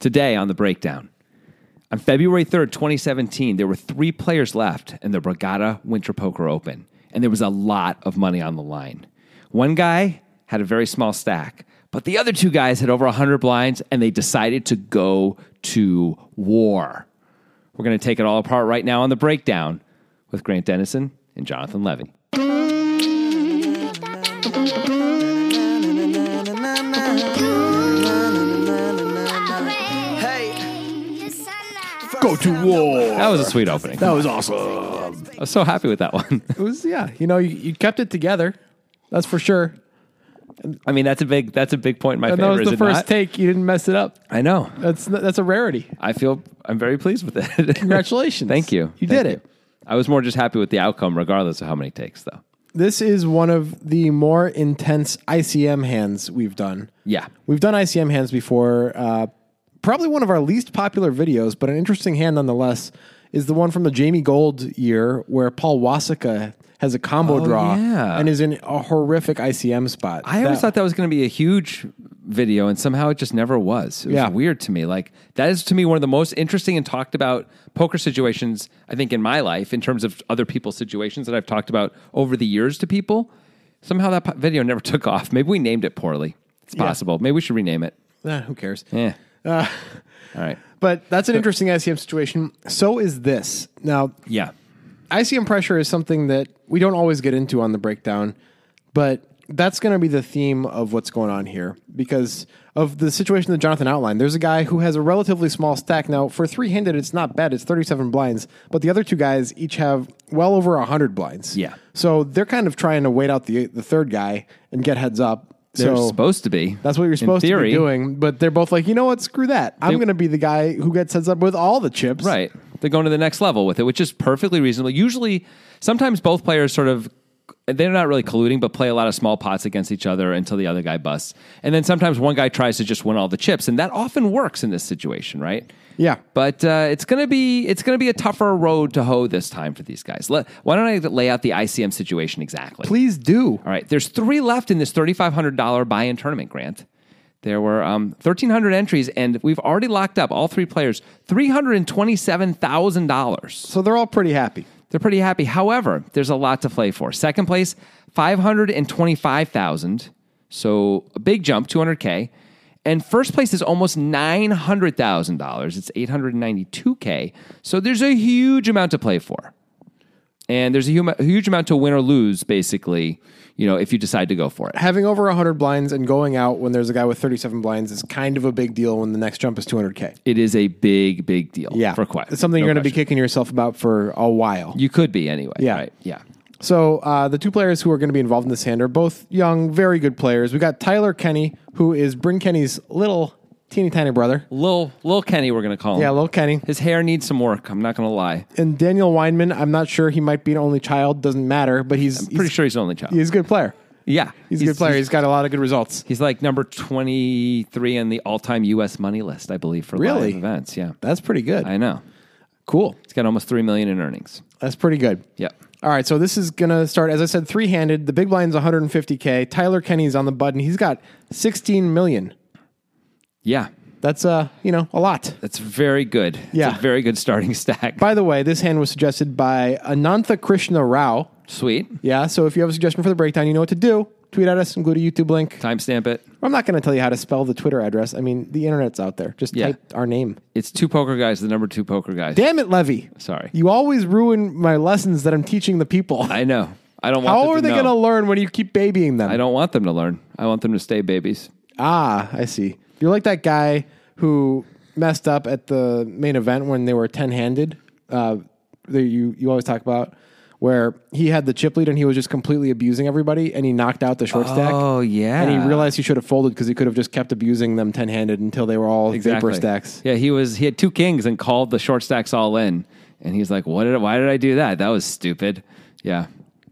Today on the breakdown. On February 3rd, 2017, there were three players left in the Bragada Winter Poker Open, and there was a lot of money on the line. One guy had a very small stack, but the other two guys had over 100 blinds, and they decided to go to war. We're going to take it all apart right now on the breakdown with Grant Dennison and Jonathan Levy. Go to war. That was a sweet opening. That was awesome. I was so happy with that one. It was yeah. You know, you, you kept it together. That's for sure. I mean, that's a big that's a big point in my And that favor. was is the it first not? take. You didn't mess it up. I know. That's that's a rarity. I feel I'm very pleased with it. Congratulations. Thank you. You Thank did it. I was more just happy with the outcome, regardless of how many takes, though. This is one of the more intense ICM hands we've done. Yeah. We've done ICM hands before. Uh, probably one of our least popular videos, but an interesting hand nonetheless is the one from the Jamie Gold year where Paul Wasika has a combo draw yeah. and is in a horrific ICM spot. I always thought that was going to be a huge video, and somehow it just never was. It was Yeah. weird to me. Like that is to me one of the most interesting and talked about poker situations I think in my life in terms of other people's situations that I've talked about over the years to people. Somehow that po- video never took off. Maybe we named it poorly. It's possible. Maybe we should rename it. Eh, who cares? Yeah. Uh, All right. but that's an interesting ICM situation. So is this. Now, Yeah. ICM pressure is something that we don't always get into on the breakdown, but that's going to be the theme of what's going on here because of the situation that Jonathan outlined. There's a guy who has a relatively small stack. Now, for three handed, it's not bad, it's 37 blinds, but the other two guys each have well over 100 blinds. Yeah. So they're kind of trying to wait out the, the third guy and get heads up. They're so supposed to be. that's what you're in supposed to theory. be doing, but they're both like, you know what? Screw that. I'm They- going to be the guy who gets heads up with all the chips. Right. They're going to the next level with it, which is perfectly reasonable. Usually, sometimes both players sort of. They're not really colluding, but play a lot of small pots against each other until the other guy busts. And then sometimes one guy tries to just win all the chips, and that often works in this situation, right? Yeah. But uh, it's gonna be it's gonna be a tougher road to hoe this time for these guys. Let, why don't I lay out the ICM situation exactly? Please do. All right, there's three left in this $3,500 buy-in tournament grant. There were um, 1,300 entries, and we've already locked up all three players $327,000. So they're all pretty happy. They're pretty happy. However, there's a lot to play for. Second place, 525,000. So a big jump, 200K. And first place is almost $900,000. It's 892K. So there's a huge amount to play for. And there's a hum- a huge amount to win or lose, basically, you know, if you decide to go for it. having over 100 blinds and going out when there's a guy with 37 blinds is kind of a big deal when the next jump is 200k. It is a big, big deal for quite It's something no you're going to be question. kicking yourself about for a while. You could be anyway. Yeah. Right? Yeah. So uh, the two players who are going to be involved in this hand are both young, very good players. We got Tyler Kenny, who is Bryn Kenny's little teeny tiny brother. Lil, Lil Kenny, we're going to call him. Yeah, little Kenny. His hair needs some work. I'm not going to lie. And Daniel Weinman, I'm not sure he might be an only child, doesn't matter, but he's Pretty he's, sure he's an only child. he's a good player. yeah, He's, a good player. he's got a lot of good results. He's like number 23 in the all time U.S. money list, I believe, for Really? live events. Yeah. That's pretty good. I know. cool. He's got almost 3 million in earnings. That's pretty good. Yep. All right, so this is going to start, as I said, three handed. The big blind's 150K. Tyler Kenny's on the button. He's got 16 million. Yeah. That's, uh, you know, a lot. That's very good. It's Yeah. a very good starting stack. By the way, this hand was suggested by Anantha Krishna Rao. Sweet. Yeah, so if you have a suggestion for the breakdown, you know what to do. Tweet at us, include a YouTube link. Timestamp it. I'm not going to tell you how to spell the Twitter address. I mean, the internet's out there. Just Yeah. type our name. It's two poker guys, the number two poker guys. Damn it, Levy. Sorry. You always ruin my lessons that I'm teaching the people. I know. I don't want How them are to they know. going to learn when you keep babying them? I don't want them to learn. I want them to stay babies. Ah, I see. You're like that guy who messed up at the main event when they were ten handed. Uh, that you you always talk about where he had the chip lead and he was just completely abusing everybody and he knocked out the short stack. Oh, yeah. And he realized he should have folded because he could have just kept abusing them ten handed until they were all Exactly. vapor stacks. Yeah, he was. He had two kings and called the short stacks all in. And he's like, "What did? Why did I do that? That was stupid." Yeah,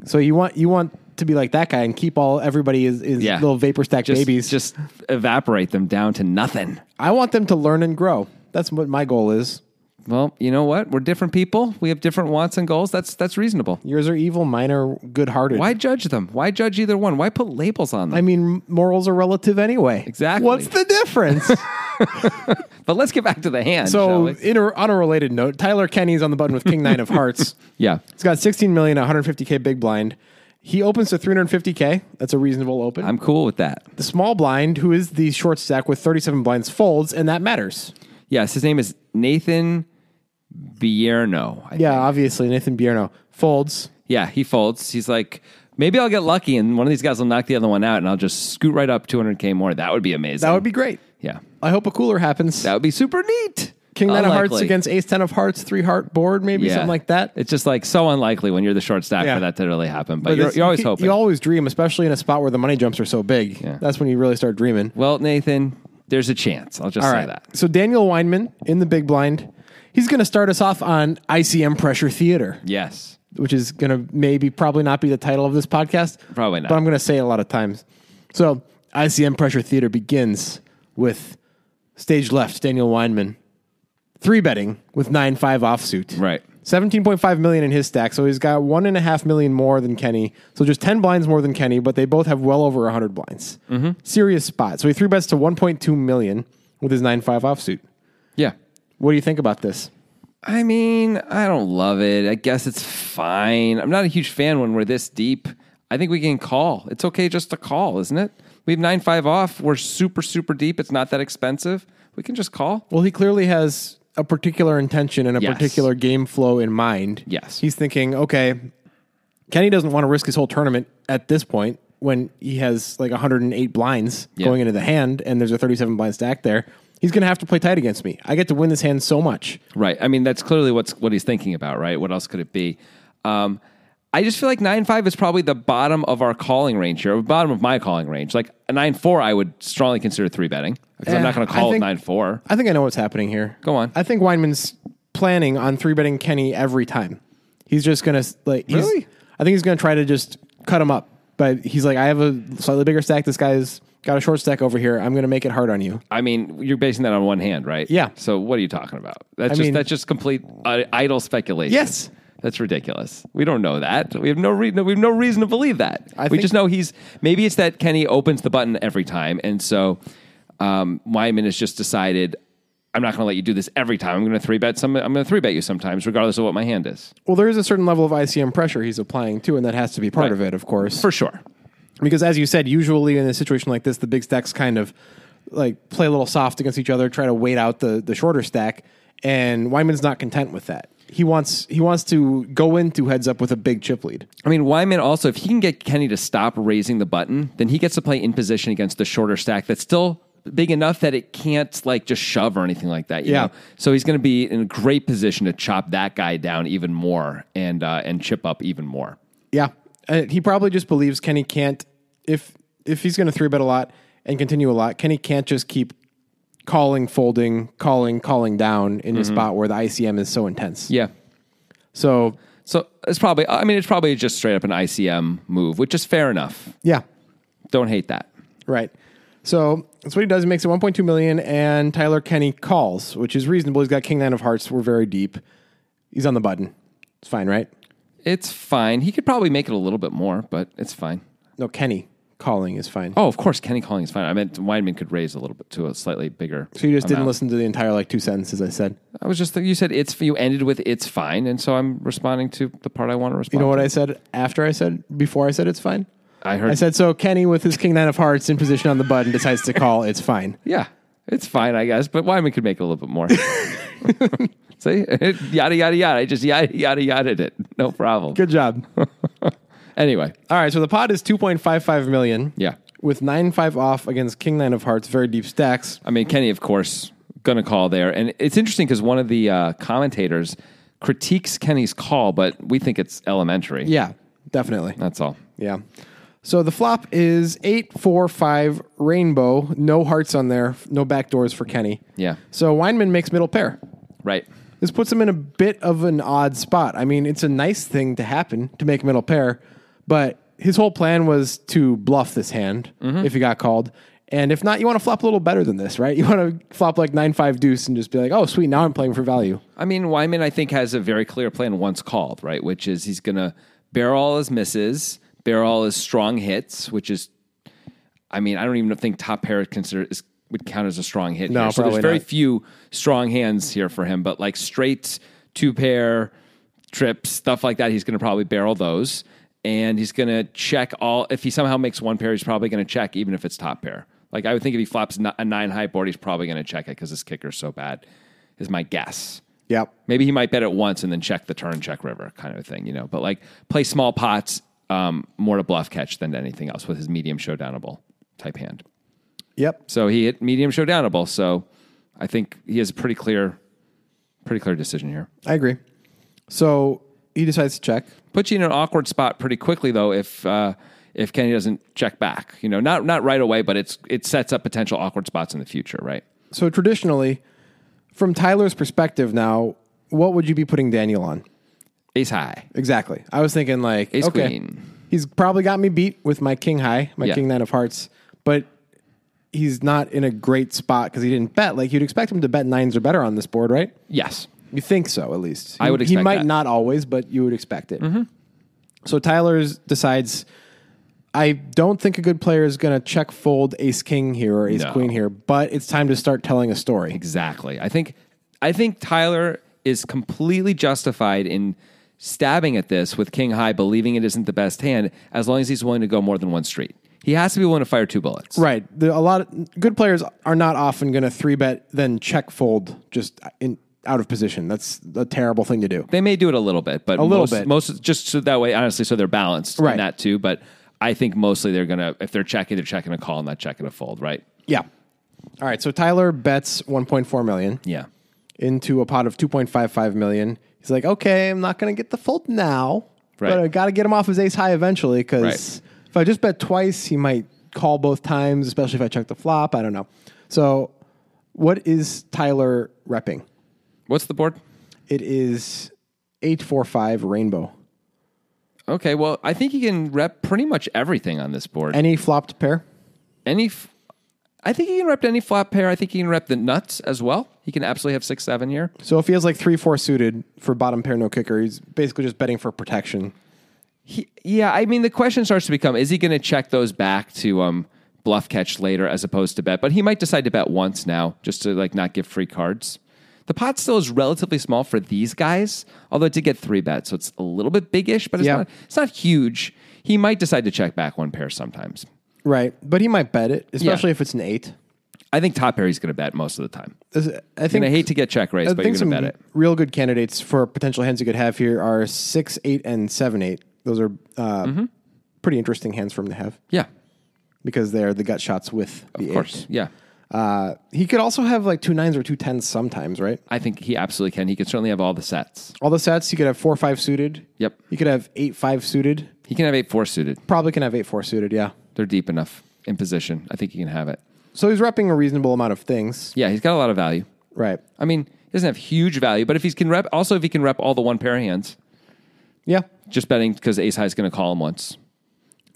So you want you want to be like that guy and keep all everybody is, is yeah. little vapor stack just, babies. just evaporate them down to nothing. I want them to learn and grow. That's what my goal is. Well, you know what? We're different people. We have different wants and goals. That's that's reasonable. Yours are evil, mine are good hearted. Why judge them? Why judge either one? Why put labels on them? I mean, morals are relative anyway. Exactly. What's the difference? But let's get back to the hand. shall So, we? in a, on a related note, Tyler Kenny's on the button with King Nine of Hearts. yeah, He's got 16 million, 150k big blind. He opens to 350k. That's a reasonable open. I'm cool with that. the small blind, who is the short stack with 37 blinds, folds, and that matters. Yes, his name is Nathan Bierno. I- Yeah, obviously Nathan Bierno folds. yeah, he folds. He's like, maybe I'll get lucky, and one of these guys will knock the other one out, and I'll just scoot right up 200k more. That would be amazing. That would be great. yeah, I hope a cooler happens. that would be super neat. King nine of hearts Unlikely. against ace ten of hearts, three heart board, maybe Yeah. something like that. It's just like so unlikely when you're the short stack Yeah. for that to really happen. But, But you're, it's- you're always you- hoping. You always dream, especially in a spot where the money jumps are so big. Yeah. That's when you really start dreaming. well, Nathan, there's a chance. I'll just All say right. that. So Daniel Weinman in the big blind, he's going to start us off on ICM Pressure Theater, Yes. which is going to maybe probably not be the title of this podcast. Probably not. But I'm going to say it a lot of times. So ICM Pressure Theater begins with stage left, Daniel Weinman, three betting with nine five offsuit. Right. 17.5 million in his stack, so he's got one and a half million more than Kenny. So just 10 blinds more than Kenny, but they both have well over 100 blinds. Mm-hmm. Serious spot. So he three bets to 1.2 million with his 9.5 offsuit. Yeah. What do you think about this? I mean, I don't love it. I guess it's fine. I'm not a huge fan when we're this deep. I think we can call. It's okay just to call, isn't it? We have nine five off. We're super super deep. It's not that expensive. We can just call. Well, he clearly has a particular intention and a Yes. particular game flow in mind. Yes. He's thinking, okay, Kenny doesn't want to risk his whole tournament at this point when he has like 108 blinds Yeah. going into the hand and there's a 37 blind stack there. He's going to have to play tight against me. I get to win this hand so much. Right. I mean, that's clearly what's what he's thinking about, right? What else could it be? Um, I just feel like nine five is probably the bottom of our calling range here, or bottom of my calling range. Like a nine four, I would strongly consider three betting because I'm Eh, not going to I call with think- nine four. I think I know what's happening here. Go on. I think Weinman's planning on three betting Kenny every time. He's just gonna like he's, Really? I think he's gonna try to just cut him up. But he's like, I have a slightly bigger stack. This guy's got a short stack over here. I'm gonna make it hard on you. I mean, you're basing that on one hand, right? Yeah. So what are you talking about? That's just mean- that's just complete uh, idle speculation. Yes. That's ridiculous. We don't know that. We have no reason. We have no reason to believe that. I we think- just know he's maybe it's that Kenny opens the button every time, and so um, Wyman has just decided. I'm not going to let you do this every time. I'm going to three bet some. I'm going to three bet you sometimes, regardless of what my hand is, Well, there is a certain level of ICM pressure he's applying too, and that has to be part Right. of it, of course. for sure. because as you said, usually in a situation like this, the big stacks kind of like play a little soft against each other, try to wait out the the shorter stack, and Wyman's not content with that. He wants he wants to go into heads up with a big chip lead. I mean, Wyman also, if he can get Kenny to stop raising the button, then he gets to play in position against the shorter stack that's still big enough that it can't like just shove or anything like that. you Yeah. know? So he's going to be in a great position to chop that guy down even more and uh, and chip up even more. Yeah, uh, he probably just believes Kenny can't if if he's going to three bet a lot and continue a lot. Kenny can't just keep calling, folding, calling, calling down in a spot where the ICM is so intense. Yeah. So So it's probably, I mean, it's probably just straight up an ICM move, which is fair enough. yeah, Don't hate that. Right. So that's what he does. He makes it 1.2 million, and Tyler Kenny calls, which is reasonable. He's got King Nine of Hearts. We're very deep. He's on the button. It's fine, right? It's fine. He could probably make it a little bit more, but it's fine. No, Kenny calling is fine. Oh, of course, Kenny calling is fine. I meant Weinman could raise a little bit to a slightly bigger. so you just amount. didn't listen to the entire like two sentences I said. I was just you said it's you ended with it's fine, and so I'm responding to the part I want to respond. You know what to. I said after I said before I said it's fine. I heard? I said so. Kenny with his King Nine of Hearts in position on the button decides to call. It's fine. yeah, it's fine, I guess. But Wyman could make it a little bit more. See, yada yada yada. I just yada yada yada it. No problem. Good job. All Anyway, right. So the pot is 2.55 million. yeah. With nine five off against King Nine of Hearts, very deep stacks. I mean, Kenny, of course, going to call there, and it's interesting because one of the uh, commentators critiques Kenny's call, but we think it's elementary. Yeah, definitely. that's all. Yeah. So the flop is eight four five rainbow. No hearts on there. No back doors for Kenny. Yeah. So Weinman makes middle pair. Right. This puts him in a bit of an odd spot. I mean, it's a nice thing to happen to make middle pair, but his whole plan was to bluff this hand if he got called. And if not, you want to flop a little better than this, right? You want to flop like nine five deuce and just be like, oh, sweet, now I'm playing for value. I mean, Wyman, I think, has a very clear plan once called, right? Which is he's going to bear all his misses, bear all his strong hits, which is, I mean, I don't even think top pair consider is would count as a strong hit. No, here. So there's probably very not. few strong hands here for him, but like straight two pair trips, stuff like that, he's going to probably barrel those. And he's going to check all. If he somehow makes one pair, he's probably going to check, even if it's top pair. Like I would think if he flops n- a nine high board, he's probably going to check it because his kicker's so bad, is my guess. Yep. Maybe he might bet it once and then check the turn, check river kind of thing, you know. But like play small pots, um, more to bluff catch than to anything else with his medium showdownable type hand. Yep. So he hit medium showdownable. So I think he has a pretty clear, pretty clear decision here. I agree. So he decides to check. Puts you in an awkward spot pretty quickly though if uh, if Kenny doesn't check back. You know, not not right away, but it's it sets up potential awkward spots in the future, right? So traditionally, from Tyler's perspective now, what would you be putting Daniel on? Ace high, Exactly. I was thinking like ace okay, queen. He's probably got me beat with my king high, my Yeah. king nine of hearts, but he's not in a great spot because he didn't bet. Like you'd expect him to bet nines or better on this board, right? Yes, You think so, at least. I would He- He expect might that. Mm-hmm. not always, but you would expect it. So Tyler's decides. I don't think a good player is going to check fold ace king here or ace No. queen here, but it's time to start telling a story. Exactly. I think I think Tyler is completely justified in stabbing at this with King High, believing it isn't the best hand, as long as he's willing to go more than one street. He has to be willing to fire two bullets. Right. The, a lot of good players are not often going to three bet then check fold just in out of position. That's a terrible thing to do. They may do it a little bit, but a little most, bit. most just so that way, honestly, so they're balanced in Right. that too. But I think mostly they're gonna if they're checking, they're checking a call and not checking a fold, right? Yeah. All right. So Tyler bets 1.4 million Yeah. into a pot of 2.55 million. He's like, okay, I'm not going to get the fold now, but Right. I got to get him off his ace high eventually because Right. if I just bet twice, he might call both times, especially if I check the flop. I don't know. So, what is Tyler repping? What's the board? It is 845 rainbow. Okay, well, I think he can rep pretty much everything on this board. Any flopped pair? any f- I think he can rep any flop pair. I think he can rep the nuts as well. He can absolutely have six seven here. So if he has like three four suited for bottom pair no kicker, he's basically just betting for protection. He, yeah, I mean the question starts to become: Is he going to check those back to um, bluff catch later as opposed to bet? But he might decide to bet once now, just to like not give free cards. The pot still is relatively small for these guys, although it did get three bets, so it's a little bit biggish, but it's Yeah. not it's not huge. He might decide to check back one pair sometimes. Right, but he might bet it, especially if it's an eight. I think top pair he's going to bet most of the time. Is- I And think I hate to get check raised, I but you're think going some to bet it. real good candidates for potential hands you could have here are six eight and seven eight. Those are uh, Mm-hmm. pretty interesting hands for him to have Yeah, because they're the gut shots with the of course. eight. Yeah. Uh, he could also have like two nines or two tens sometimes, right? I think he absolutely can. He can certainly have all the sets. All the sets, he could have four five suited. Yep. He could have eight five suited. He can have eight four suited. Probably can have eight four suited. Yeah. They're deep enough in position. I think he can have it. So he's repping a reasonable amount of things. Yeah, he's got a lot of value. Right. I mean, he doesn't have huge value, but if he can rep, also if he can rep all the one pair hands, Yeah. just betting because ace high is going to call him once.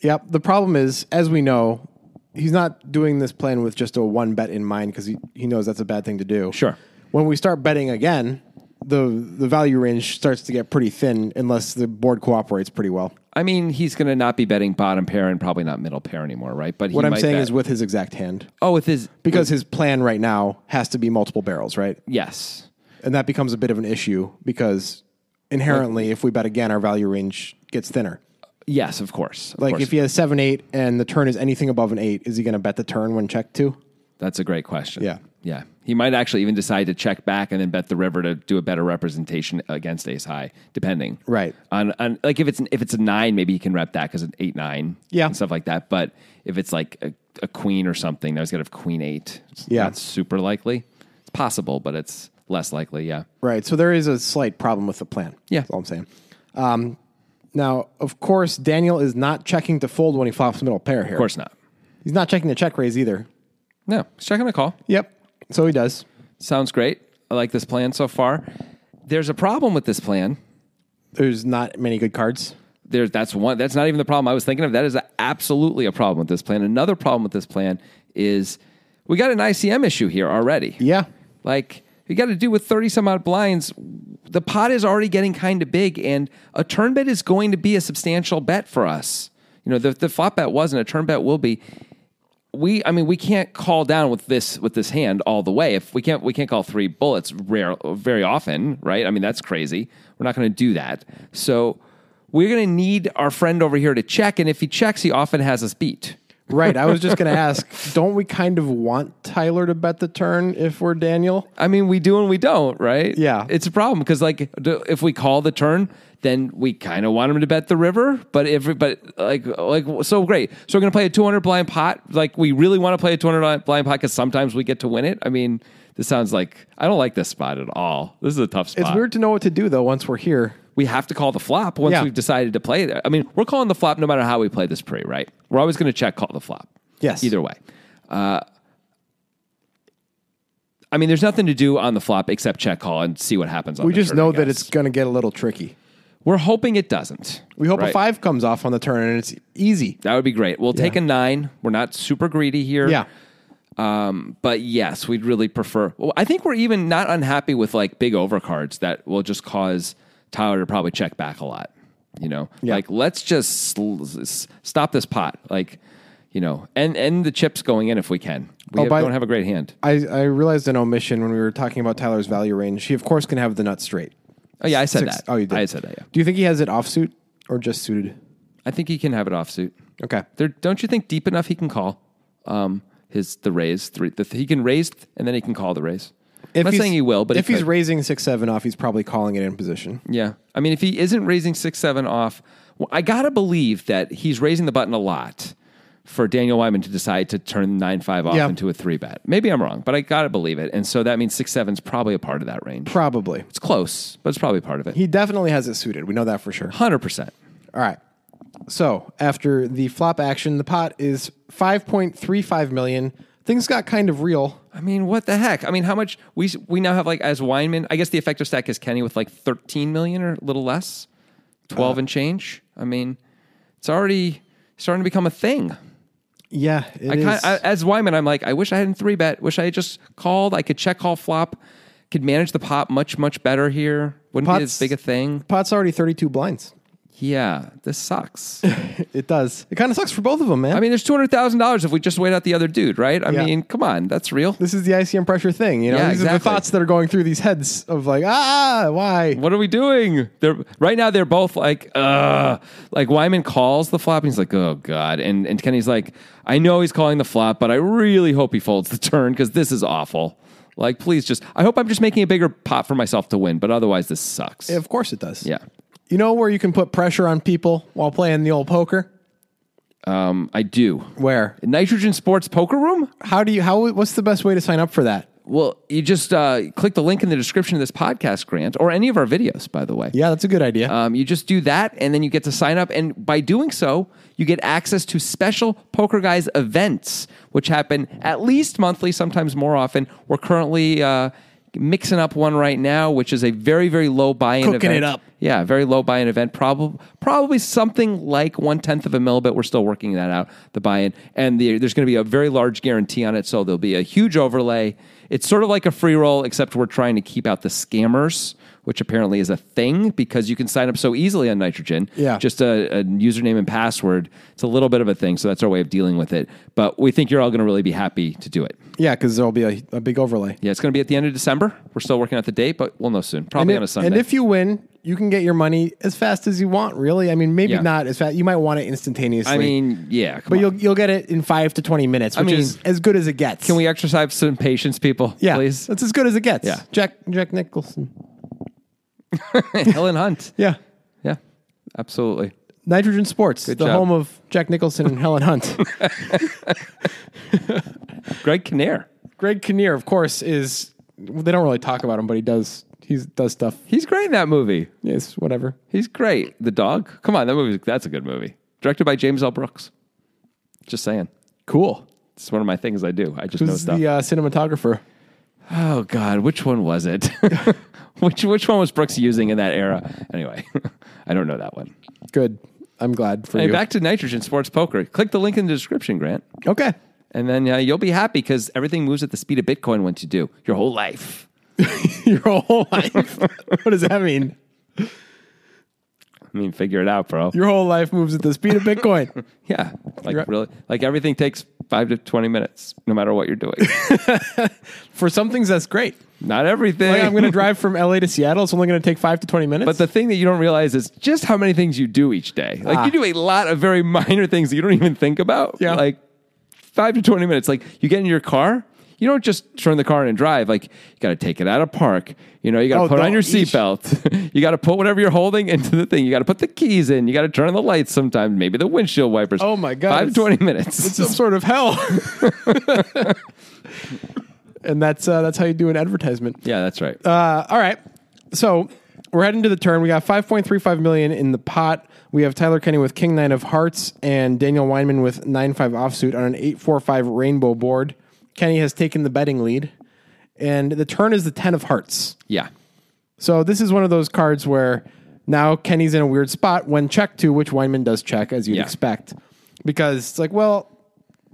Yep. The problem is, as we know, he's not doing this plan with just a one bet in mind because he, he knows that's a bad thing to do. Sure. When we start betting again, the the value range starts to get pretty thin unless the board cooperates pretty well. I mean, he's going to not be betting bottom pair and probably not middle pair anymore, right? But he What I'm might saying bet- is with his exact hand. oh, with his Because his plan right now has to be multiple barrels, right? yes, And that becomes a bit of an issue because inherently if we bet again our value range gets thinner. yes, of course. Of Like course. if he has seven eight and the turn is anything above an eight, is he gonna bet the turn when checked to? That's a great question. Yeah. Yeah. He might actually even decide to check back and then bet the river to do a better representation against ace high, depending. Right. On, on like if it's an, if it's a nine, maybe he can rep that because an eight nine. Yeah. And stuff like that. But if it's like a, a queen or something, now he's got to have queen eight. It's Yeah. Not super likely. It's possible, but it's less likely. Yeah. Right. So there is a slight problem with the plan. Yeah. That's all I'm saying. Um, now, of course, Daniel is not checking to fold when he flops middle pair here. Of course not. He's not checking the check raise either. No. He's checking a call. Yep. So he does. Sounds great. I like this plan so far. There's a problem with this plan. There's not many good cards. there's that's one that's not even the problem I was thinking of. That is absolutely a problem with this plan. Another problem with this plan is we got an ICM issue here already. Yeah. Like you got to do with 30 some odd blinds. The pot is already getting kind of big and a turn bet is going to be a substantial bet for us. You know, the, the flop bet wasn't a turn bet will be we I mean we can't call down with this with this hand all the way. If we can't we can't call three bullets rare very often, right? I mean that's crazy. We're not going to do that. So we're going to need our friend over here to check, and if he checks, he often has us beat. Right. I was just going to ask, don't we kind of want Tyler to bet the turn if we're Daniel? I mean, we do and we don't, right? Yeah. It's a problem because, like, d- if we call the turn, then we kind of want him to bet the river. But if, but like, like, so great. So we're going to play a 200 blind pot. Like, we really want to play a 200 blind pot because sometimes we get to win it. I mean, this sounds like I don't like this spot at all. This is a tough spot. It's weird to know what to do though once we're here. We have to call the flop once Yeah. we've decided to play it. I mean, we're calling the flop no matter how we play this pre, right? We're always going to check call the flop. Yes. Either way. Uh, I mean, there's nothing to do on the flop except check call and see what happens. On We the just turn, know I that guess. it's going to get a little tricky. We're hoping it doesn't. We hope Right. a 5 comes off on the turn and it's easy. That would be great. We'll take a nine. We're not super greedy here. Yeah. but yes, we'd really prefer. Well, I think we're even not unhappy with like big overcards that will just cause Tyler to probably check back a lot. You know, like let's just sl- s- stop this pot. Like, you know, and and the chips going in if we can. We Oh, have- by- don't have a great hand. I, I realized an omission when we were talking about Tyler's value range. He of course can have the nut straight. Oh yeah, I said Six- that. Oh, you did. I had said that. Yeah, Do you think he has it offsuit or just suited? I think he can have it offsuit. Okay. There, don't you think deep enough he can call um, his the raise three? The, he can raise and then he can call the raise. I'm not he's- saying he will, but he if he's could. raising six seven off, he's probably calling it in position. Yeah. I mean, if he isn't raising six, seven off, well, I got to believe that he's raising the button a lot for Daniel Wyman to decide to turn nine, five off Yeah. into a three bet. Maybe I'm wrong, but I got to believe it. And so that means six, seven's probably a part of that range. Probably. It's close, but it's probably part of it. He definitely has it suited. We know that for sure. 100%. All right. So after the flop action, the pot is five point three five million. Things got kind of real. I mean, what the heck? I mean, how much we we now have like as Weinman? I guess the effective stack is Kenny with like 13 million or a little less, 12 Uh. and change. I mean, it's already starting to become a thing. Yeah, it I is. kind I, as Wyman, I'm like, I wish I hadn't three bet. Wish I had just called. I could check call flop. Could manage the pot much much better here. Wouldn't be as Pots- big a thing. Pot's already thirty two blinds. Yeah, this sucks. It does. It kind of sucks for both of them, man. I mean, there's two hundred thousand dollars if we just wait out the other dude, right? I Yeah. mean, come on, that's real. this is the ICM pressure thing. You know, Yeah, these are the exactly. thoughts that are going through these heads of like, ah, why? What are we doing? They're right now. They're both like, uh, like Wyman calls the flop. And he's like, oh god, and and Kenny's like, I know he's calling the flop, but I really hope he folds the turn because this is awful. Like, please just. I hope I'm just making a bigger pot for myself to win, but otherwise, this sucks. Of course it does. Yeah. You know where you can put pressure on people while playing the old poker? Um, I do. Where? Nitrogen Sports Poker Room? How do you? How? What's the best way to sign up for that? Well, you just uh, click the link in the description of this podcast, Grant, or any of our videos, by the way. Yeah, that's a good idea. Um, you just do that, and then you get to sign up. And by doing so, you get access to special Poker Guys events, which happen at least monthly, sometimes more often. We're currently uh, mixing up one right now, which is a very, very low buy-in Cooking event. it up. Yeah, very low buy-in event. Probably, probably something like one tenth of a millibit. We're still working that out. The buy-in, and the, there's going to be a very large guarantee on it, so there'll be a huge overlay. It's sort of like a free roll, except we're trying to keep out the scammers, which apparently is a thing because you can sign up so easily on Nitrogen. Yeah. just a, a username and password. It's a little bit of a thing, so that's our way of dealing with it. But we think you're all going to really be happy to do it. yeah, because there'll be a, a big overlay. Yeah, it's going to be at the end of December. We're still working out the date, but we'll know soon. Probably on a if, Sunday. and if you win, you can get your money as fast as you want. Really, I mean, maybe Yeah. not as fast. You might want it instantaneously. I mean, yeah, come but on. you'll you'll get it in five to twenty minutes, which mean, is as good as it gets. Can we exercise some patience, people? Yeah, Please. that's as good as it gets. Yeah. Jack Jack Nicholson. Helen Hunt. Yeah, Yeah, absolutely. Nitrogen Sports, the job. home of Jack Nicholson and Helen Hunt. Greg Kinnear. Greg Kinnear, of course, is they don't really talk about him, but he does he does stuff. He's great in that movie. Yes, whatever. He's great. The dog. Come on, that movie. That's a good movie. Directed by James L. Brooks. Just saying. Cool. It's one of my things I do. I just know Who's stuff. the uh, cinematographer? oh God, which one was it? which which one was Brooks using in that era? Anyway, I don't know that one. Good. I'm glad for Hey, you. back to Nitrogen Sports Poker. Click the link in the description, Grant, Okay. and then uh, you'll be happy because everything moves at the speed of Bitcoin once you do. Your whole life. Your whole life. what does that mean? I mean, figure it out, bro. Your whole life moves at the speed of Bitcoin. Yeah, like You're- really, like everything takes five to 20 minutes, no matter what you're doing. For some things, that's great. Not everything. Like, I'm going to drive from LA to Seattle. It's only going to take five to 20 minutes. But the thing that you don't realize is just how many things you do each day. Like Ah. you do a lot of very minor things that you don't even think about. Yeah. Like five to 20 minutes. Like you get in your car, you don't just turn the car in and drive. Like you got to take it out of park. You know, you got to Oh, put on no, your each- seatbelt. you got to put whatever you're holding into the thing. You got to put the keys in. You got to turn on the lights sometimes, maybe the windshield wipers. Oh my God, Five to it's- 20 minutes. it's some sort of hell. and that's uh, that's how you do an advertisement. yeah, that's right. Uh, all right. So we're heading to the turn. We got 5.35 million in the pot. We have Tyler Kenny with King Nine of Hearts and Daniel Weinman with Nine Five Offsuit on an 845 rainbow board. Kenny has taken the betting lead. And the turn is the 10 of Hearts. yeah. So this is one of those cards where now Kenny's in a weird spot when checked to, which Weinman does check, as you'd Yeah. expect. Because it's like, well,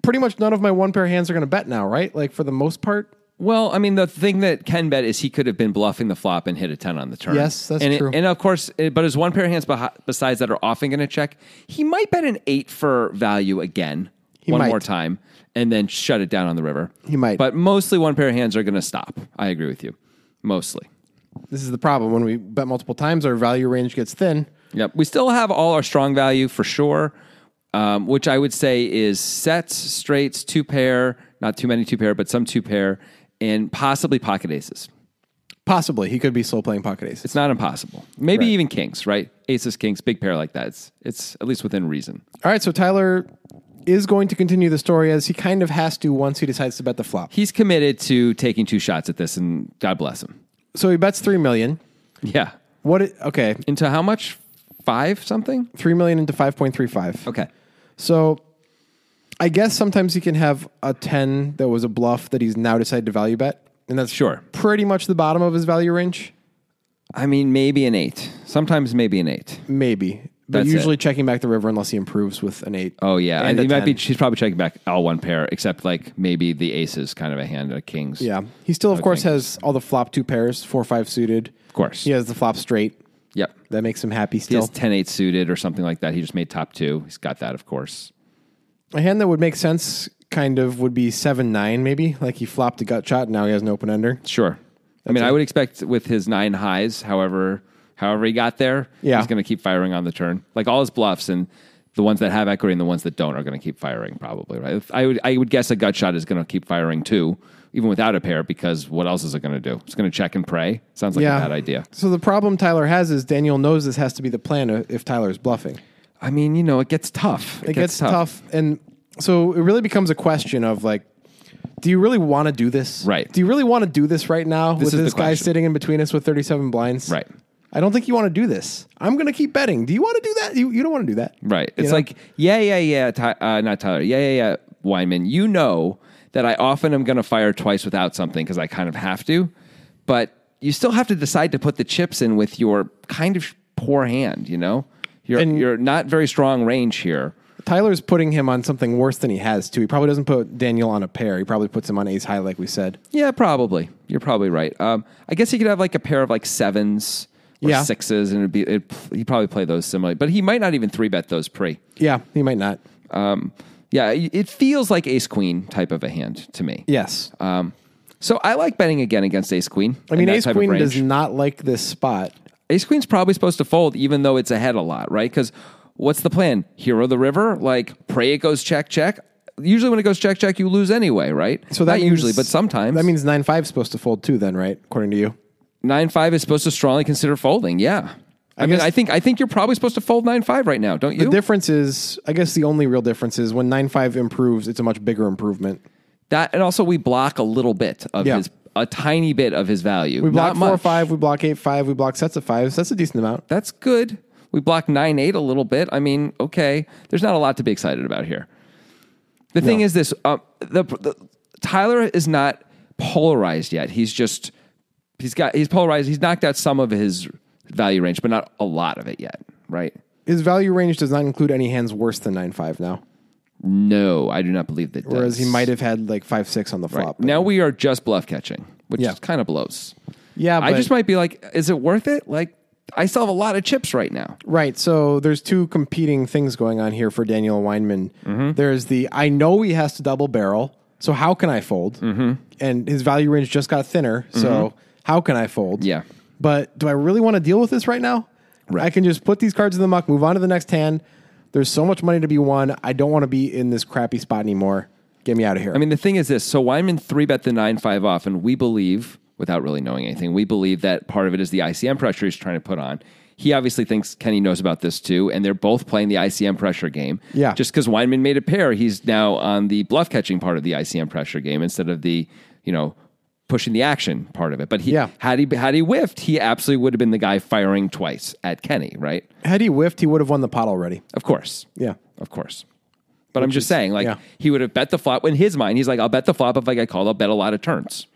pretty much none of my one pair hands are going to bet now, right? Like for the most part. Well, I mean, the thing that Ken bet is he could have been bluffing the flop and hit a 10 on the turn. Yes, that's and it- true. and of course, it- but his one pair of hands behi- besides that are often going to check. He might bet an eight for value again one might. more time and then shut it down on the river. He might. But mostly one pair of hands are going to stop. I agree with you. Mostly. This is the problem. When we bet multiple times, our value range gets thin. Yep. We still have all our strong value for sure, um, which I would say is sets, straights, two pair, not too many two pair, but some two pair, and possibly pocket aces. Possibly. He could be slow playing pocket aces. It's not impossible. Maybe Right. even kings, right? Aces, kings, big pair like that. It's, it's at least within reason. All right, so Tyler is going to continue the story as he kind of has to once he decides to bet the flop. He's committed to taking two shots at this, and God bless him. So he bets 3 million. Yeah. What it, okay, Into how much? Five something? 3 million into 5.35. Okay. So I guess sometimes he can have a 10 that was a bluff that he's now decided to value bet. And that's Sure. pretty much the bottom of his value range. I mean, maybe an eight. Sometimes maybe an eight. Maybe. But That's usually checking back the river unless he improves with an 8. Oh yeah, And and a he might be. 10. She's probably checking back all one pair, except like maybe the aces, kind of a hand, a kings. Yeah. He still, of I course, think. has all the flop two pairs, four, five suited. Of course. He has the flop straight. Yep. That makes him happy He still. has 10-8 suited or something like that. He just made top two. He's got that, of course. A hand that would make sense kind of would be seven, nine, maybe. Like he flopped a gut shot and now he has an open ender. Sure. I mean, I would expect with his nine highs, however, however he got there, Yeah. he's going to keep firing on the turn. Like all his bluffs and the ones that have equity and the ones that don't are going to keep firing, probably. Right? If- I would, I would guess a gut shot is going to keep firing too, even without a pair, because what else is it going to do? It's going to check and pray. Sounds like a bad idea. So the problem Tyler has is Daniel knows this has to be the plan uh, if Tyler's bluffing. I mean, you know, it gets tough. It gets, tough. And so it really becomes a question of like, do you really want to do this? Right. Do you really want to do this right now with is the this guy question. sitting in between us with 37 blinds? Right. I don't think you want to do this. I'm going to keep betting. Do you want to do that? You, you don't want to do that. Right. You It's know? like, yeah, yeah, yeah, Ty- uh, not Tyler. Yeah, yeah, yeah, Wyman. You know that I often am going to fire twice without something because I kind of have to, but you still have to decide to put the chips in with your kind of poor hand, you know? You're, And- you're not very strong range here. Tyler's putting him on something worse than he has too. He probably doesn't put Daniel on a pair. He probably puts him on ace high, like we said. Yeah, probably. You're probably right. Um, I guess he could have like a pair of like sevens or Yeah. sixes, and it'd be, it'd, he'd probably play those similarly, but he might not even three bet those pre. Yeah, he might not. Um, yeah, it feels like ace queen type of a hand to me. Yes. Um, so I like betting again against Ace Queen. I mean, ace queen does not like this spot. Ace Queen's probably supposed to fold, even though it's ahead a lot, right? Because what's the plan? Hero the river, like pray it goes check check. Usually, when it goes check check, you lose anyway, right? So that not means- usually, but sometimes. That means 9 5 supposed to fold too, then, right? According to you. nine five is supposed to strongly consider folding. Yeah, I, mean, guess- I think I think you're probably supposed to fold nine five right now, don't you? The difference is, I guess the only real difference is when 9 5 improves, it's a much bigger improvement. that and also we block a little bit of Yeah. his, a tiny bit of his value. We block Not 4 much. 5, we block 8 5, we block sets of 5s. That's a decent amount. That's good. We blocked 9 8 a little bit. I mean, okay, there's not a lot to be excited about here. The thing is this uh, the, the Tyler is not polarized yet. He's just, he's got, he's polarized. He's knocked out some of his value range, but not a lot of it yet, right? His value range does not include any hands worse than 9 5 now, No, I do not believe that. whereas does. he might have had like 5 6 on the Right. flop. Now we are just bluff catching, which Yeah. is kind of blows. Yeah, I but- just might be like, is it worth it? Like, I still have a lot of chips right now. Right. So there's two competing things going on here for Daniel Weinman. Mm-hmm. There's the I know he has to double barrel, so how can I fold? Mm-hmm. And his value range just got thinner, so how can I fold? Mm-hmm. Yeah. But do I really want to deal with this right now? Right. I can just put these cards in the muck, move on to the next hand. There's so much money to be won. I don't want to be in this crappy spot anymore. Get me out of here. I mean, the thing is this. So Wyman three bet the nine five off, and we believe, without really knowing anything, we believe that part of it is the ICM pressure he's trying to put on. He obviously thinks Kenny knows about this too, and they're both playing the ICM pressure game. Yeah. Just because Weinman made a pair, he's now on the bluff catching part of the ICM pressure game instead of the, you know, pushing the action part of it. But he Yeah. had he had he whiffed, he absolutely would have been the guy firing twice at Kenny, right? had he whiffed, he would have won the pot already. Of course. Yeah. Of course. But I'm just saying, like, yeah. he would have bet the flop. In his mind, he's like, I'll bet the flop if I get called, I'll bet a lot of turns.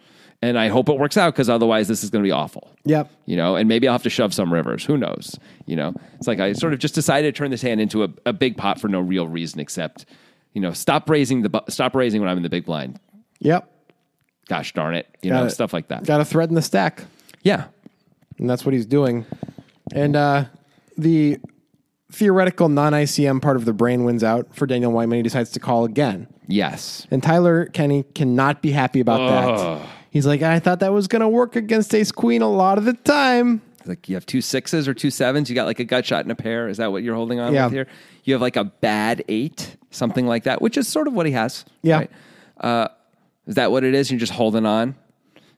And I hope it works out because otherwise this is going to be awful. Yep. You know, and maybe I'll have to shove some rivers. Who knows? You know, it's like I sort of just decided to turn this hand into a, a big pot for no real reason except, you know, stop raising the bu- stop raising when I'm in the big blind. Yep. Gosh darn it, you Got know, it. stuff like that. Got to threaten the stack. yeah, and that's what he's doing. And uh, the theoretical non ICM part of the brain wins out for Daniel Wyman. He decides to call again, yes, and Tyler Kenny cannot be happy about Ugh. that. He's like, I thought that was going to work against Ace Queen a lot of the time. like you have two sixes or two sevens. You got like a gut shot and a pair. Is that what you're holding on Yeah. with here? You have like a bad eight, something like that, which is sort of what he has. Yeah. Uh, is that what it is? You're just holding on.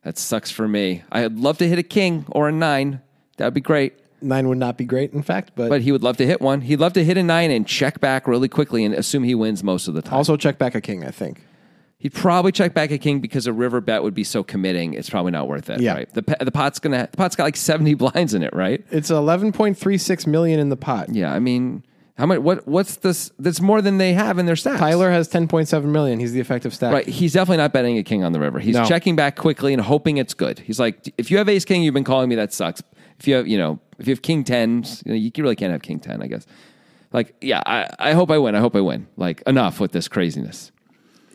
That sucks for me. I'd love to hit a king or a nine. That'd be great. Nine would not be great, in fact, but, But he would love to hit one. He'd love to hit a nine and check back really quickly and assume he wins most of the time. also check back a king, I think. He'd probably check back a king because a river bet would be so committing. It's probably not worth it. Yeah. Right. The, pe- the pot's gonna the pot's got like seventy blinds in it. Right. It's 11.36 million in the pot. Yeah, I mean, how much? What? What's this? That's more than they have in their stats. Tyler has 10.7 million. He's the effective stack. right? He's definitely not betting a king on the river. He's No. checking back quickly and hoping it's good. He's like, if you have ace king, you've been calling me. That sucks. If you have, you know, if you have king tens, you, know, you really can't have king ten, I guess. Like, yeah, I, I hope I win. I hope I win. Like, enough with this craziness.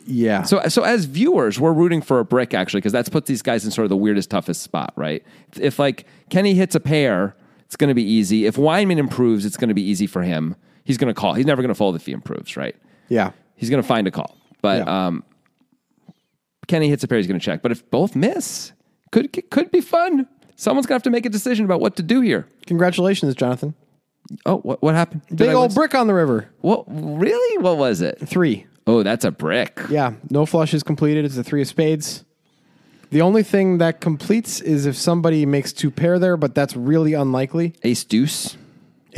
Yeah. So, so as viewers, we're rooting for a brick actually because that's put these guys in sort of the weirdest, toughest spot, right? If like Kenny hits a pair, it's going to be easy. If Weinman improves, it's going to be easy for him. He's going to call. He's never going to fold if he improves, right? yeah. He's going to find a call. But Yeah. um, Kenny hits a pair, he's going to check. But if both miss, could could be fun. Someone's going to have to make a decision about what to do here. Congratulations, Jonathan. Oh, what what happened? Did Big I old lose- brick on the river. What really? What was it? Three. Oh, that's a brick. Yeah, no flush is completed. It's a three of spades. The only thing that completes is if somebody makes two pair there, but that's really unlikely. Ace deuce.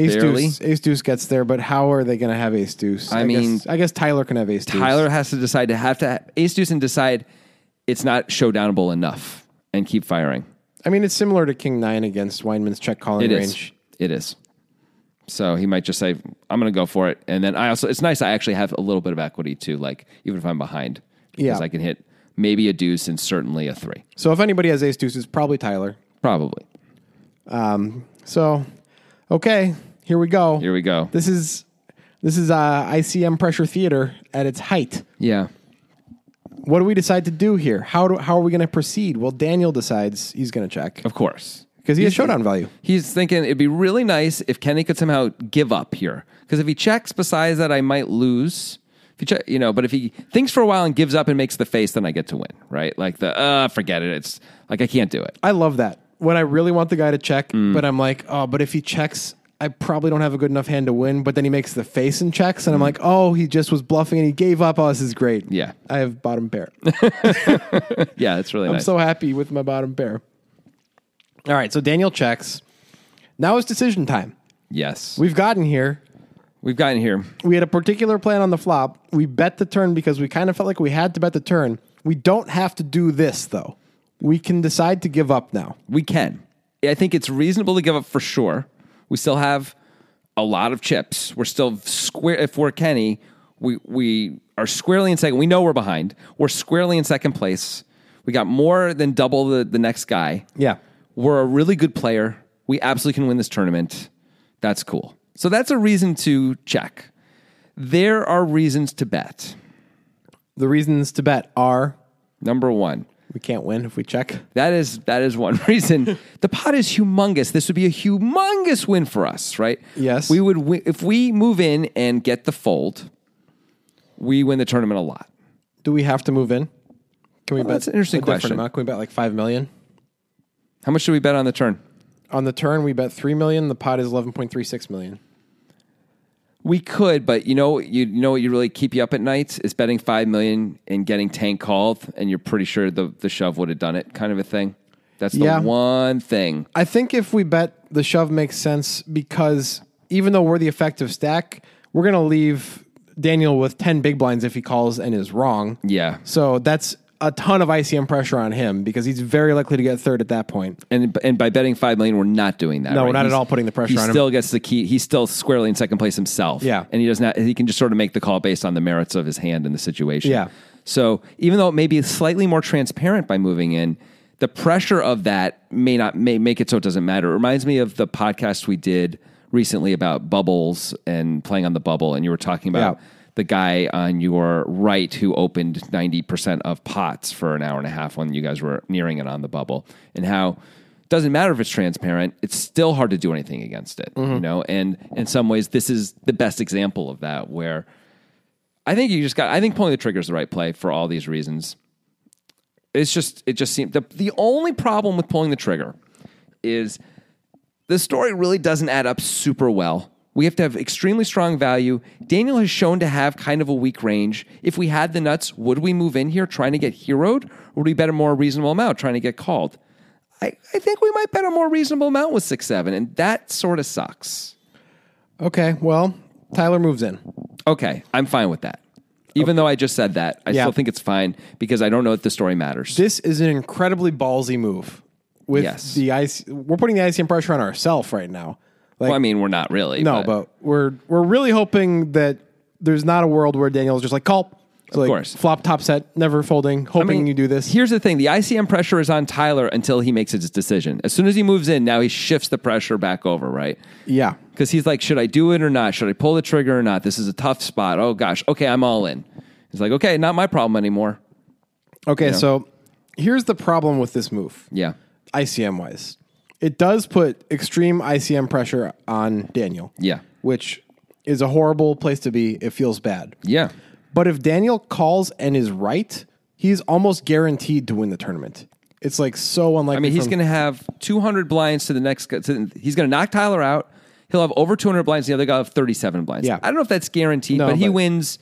Ace Barely. deuce, ace deuce gets there, but how are they going to have ace deuce? I mean- guess, I guess Tyler can have ace deuce. Tyler has to decide to have to ace deuce and decide it's not showdownable enough and keep firing. I mean, it's similar to king nine against Weinman's check calling It is. range. It is. So he might just say, I'm going to go for it. And then I also, it's nice. I actually have a little bit of equity too, like even if I'm behind, because Yeah. I can hit maybe a deuce and certainly a three. So if anybody has ace deuce, it's probably Tyler. Probably. So, okay, here we go. Here we go. This is this is uh, ICM pressure theater at its height. Yeah. What do we decide to do here? How do how are we going to proceed? Well, Daniel decides he's going to check. Of course. Because he has showdown value. He's thinking it'd be really nice if Kenny could somehow give up here. Because if he checks, besides that, I might lose. If he check, you know, but if he thinks for a while and gives up and makes the face, then I get to win, right? Like the uh, forget it. It's like I can't do it. I love that. When I really want the guy to check, Mm. but I'm like, oh, but if he checks, I probably don't have a good enough hand to win. But then he makes the face and checks, and I'm like, oh, he just was bluffing and he gave up. Oh, this is great. Mm. Yeah. I have bottom pair. Yeah, it's really I'm nice. so happy with my bottom pair. All right, so Daniel checks. Now it's decision time. yes, We've gotten here. we've gotten here. We had a particular plan on the flop. We bet the turn because we kind of felt like we had to bet the turn. We don't have to do this, though. We can decide to give up now. We can. I think it's reasonable to give up for sure. We still have a lot of chips. We're still square. If we're Kenny, we we are squarely in second. We know we're behind. We're squarely in second place. We got more than double the, the next guy. Yeah. We're a really good player. We absolutely can win this tournament. That's cool. So that's a reason to check. There are reasons to bet. The reasons to bet are Number one, We can't win if we check. That is that is one reason. the pot is humongous. This would be a humongous win for us, right? Yes. We would win, if we move in and get the fold. We win the tournament a lot. Do we have to move in? Can we bet? Oh, that's an interesting a different question. Amount? Can we bet like five million How much should we bet on the turn? on the turn? We bet three million. The pot is eleven point three six million. We could, but you know, you know what you really keep you up at nights is betting five million and getting tank called, and you're pretty sure the the shove would have done it, kind of a thing. That's the Yeah. one thing. I think if we bet the shove makes sense because even though we're the effective stack, we're going to leave Daniel with 10 big blinds if he calls and is wrong. Yeah, So that's a ton of ICM pressure on him because he's very likely to get third at that point. and and by betting five million, we're not doing that. No, right? we're not at all putting the pressure He on him. still gets the key. He's still squarely in second place himself. Yeah. and he does not. He can just sort of make the call based on the merits of his hand and the situation. Yeah. So even though it may be slightly more transparent by moving in, the pressure of that may not may make it so it doesn't matter. It reminds me of the podcast we did recently about bubbles and playing on the bubble, and you were talking about. Yeah. The guy on your right who opened 90% of pots for an hour and a half when you guys were nearing it on the bubble, and how it doesn't matter if it's transparent, it's still hard to do anything against it. You know, and in some ways, this is the best example of that where I think you just got. I think pulling the trigger is the right play for all these reasons. It's just it just seemed the the only problem with pulling the trigger is the story really doesn't add up super well. We have to have extremely strong value. Daniel has shown to have kind of a weak range. If we had the nuts, would we move in here trying to get heroed, or would we bet a more reasonable amount trying to get called? I, I think we might bet a more reasonable amount with six seven, and that sort of sucks. Okay, well, Tyler moves in. Okay, I'm fine with that. Even though I just said that, I Yeah. still think it's fine because I don't know if the story matters. This is an incredibly ballsy move. With Yes. the IC, we're putting the ICM pressure on ourselves right now. Like well, I mean, we're not really. No, but, we're we're really hoping that there's not a world where Daniel's just like call. So like, course. Flop top set, never folding, hoping you do this. Here's the thing: the ICM pressure is on Tyler until he makes his decision. As soon as he moves in, now he shifts the pressure back over, right? yeah. Because he's like, should I do it or not? Should I pull the trigger or not? This is a tough spot. Oh gosh. Okay, I'm all in. He's like, okay, not my problem anymore. Okay, so here's the problem with this move, Yeah. ICM wise. It does put extreme ICM pressure on Daniel. Yeah. Which is a horrible place to be. It feels bad. Yeah. But if Daniel calls and is right, he's almost guaranteed to win the tournament. It's like so unlikely. I mean, he's going to have 200 blinds to the next. gu- To, the- he's going to knock Tyler out. He'll have over 200 blinds. The other guy will have 37 blinds. Yeah. I don't know if that's guaranteed, No, but he but- wins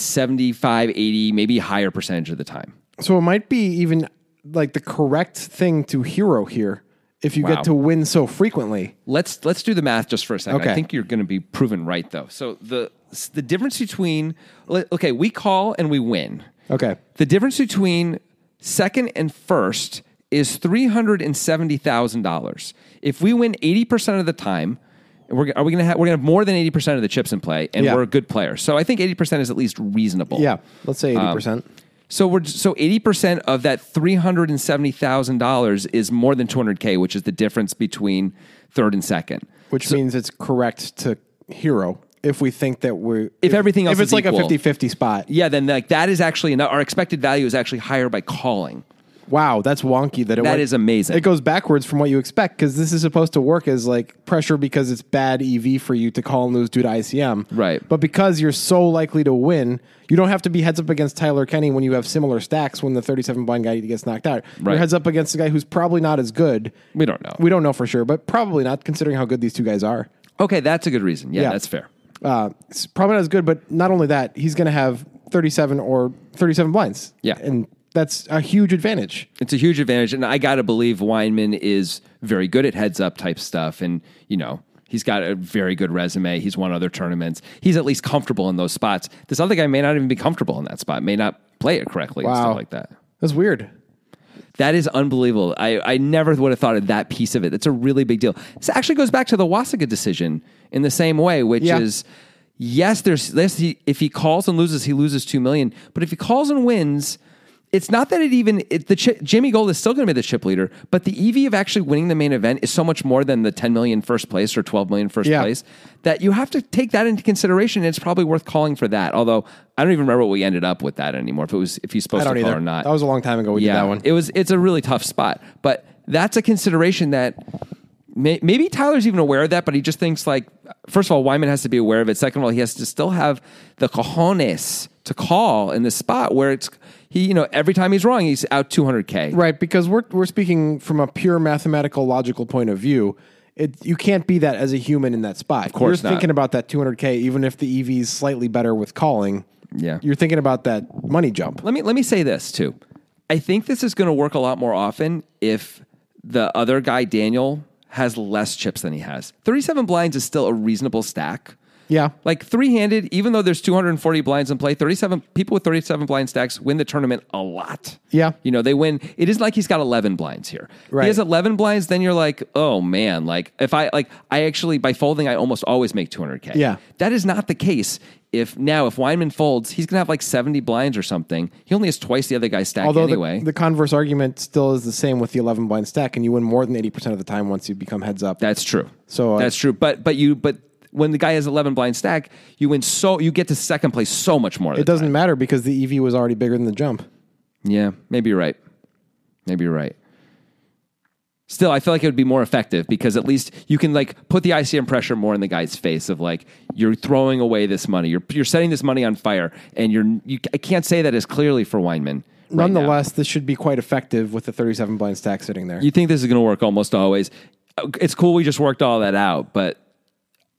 75, 80, maybe higher percentage of the time. So it might be even like the correct thing to hero here if you Wow. get to win so frequently. Let's let's do the math just for a second. I Okay. think you're going to be proven right though. So the the difference between le- okay, we call and we win. Okay. The difference between second and first is three hundred and seventy thousand dollars. If we win eighty percent of the time, and we're g- are we going to have we're going to have more than eighty percent of the chips in play, and Yeah. we're a good player. So I think eighty percent is at least reasonable. Yeah. Let's say Um, 80%. So we're so eighty percent of that three hundred and seventy thousand dollars is more than two hundred k, which is the difference between third and second. which means it's correct to hero if we think that we're. If everything else If it's is like equal. a 50 50 spot. Yeah, then like that is actually enough. Our expected value is actually higher by calling. Wow. That's wonky. That, it That went- is amazing. It goes backwards from what you expect because this is supposed to work as like pressure because it's bad EV for you to call and lose due to ICM. Right. But because you're so likely to win, you don't have to be heads up against Tyler Kenny when you have similar stacks when the 37 blind guy gets knocked out. Right. You're heads up against a guy who's probably not as good. We don't know. We don't know for sure, but probably not considering how good these two guys are. Okay, that's a good reason. Yeah, Yeah. that's fair. Uh, it's probably not as good, but not only that, he's going to have 37 or 37 blinds. Yeah. And that's a huge advantage. It's a huge advantage, and I gotta believe Weinman is very good at heads up type stuff, and you know he's got a very good resume. He's won other tournaments. He's at least comfortable in those spots. This other guy may not even be comfortable in that spot. May not play it correctly and Wow. stuff like that. That's weird. That is unbelievable. I, I never would have thought of that piece of it. That's a really big deal. This actually goes back to the Wasika decision in the same way, which Yeah. is yes, there's this. He, if he calls and loses, he loses two million. But if he calls and wins, it's not that it even it, the chi- Jimmy Gold is still going to be the chip leader, but the EV of actually winning the main event is so much more than the 10 million first place or 12 million first Yeah. place that you have to take that into consideration. And it's probably worth calling for that. Although I don't even remember what we ended up with that anymore. If it was if he's I supposed to don't call either. or not. That was a long time ago. We yeah, did that one. it was. It's a really tough spot, but that's a consideration that. May, maybe Tyler's even aware of that, but he just thinks like, first of all, Wyman has to be aware of it. Second of all, he has to still have the cojones to call in this spot where it's he, you know, every time he's wrong, he's out two hundred k. Right, because we're we're speaking from a pure mathematical logical point of view. It you can't be that as a human in that spot. Of course you're not. thinking about that 200k, even if the EV is slightly better with calling. Yeah. you're thinking about that money jump. Let me let me say this too. I think this is going to work a lot more often if the other guy Daniel has less chips than he has. Thirty-seven blinds is still a reasonable stack. Yeah, Like three handed, even though there's 240 blinds in play, 37 people with 37 blind stacks win the tournament a lot. Yeah. You know, they win. It isn't like he's got 11 blinds here. Right. He has 11 blinds, then you're like, oh man, like if I, like, I actually, by folding, I almost always make 200K. Yeah. That is not the case. If now, if Weinman folds, he's going to have like 70 blinds or something. He only has twice the other guy's stack although the- anyway. the, converse argument still is the same with the 11 blind stack, and you win more than 80 percent of the time once you become heads up. That's true. So, uh, that's true. But but you but when the guy has eleven blind stack, you win so you get to second place so much more. of the it doesn't matter because the EV was already bigger than the jump. Yeah, maybe you're right. Maybe you're right. Still, I feel like it would be more effective because at least you can like put the ICM pressure more in the guy's face of like you're throwing away this money, you're you're setting this money on fire, and you're you. I can't say that as clearly for Weinman. right now. Nonetheless, this should be quite effective with the 37 blind stack sitting there. you think this is going to work almost always. It's cool we just worked all that out, but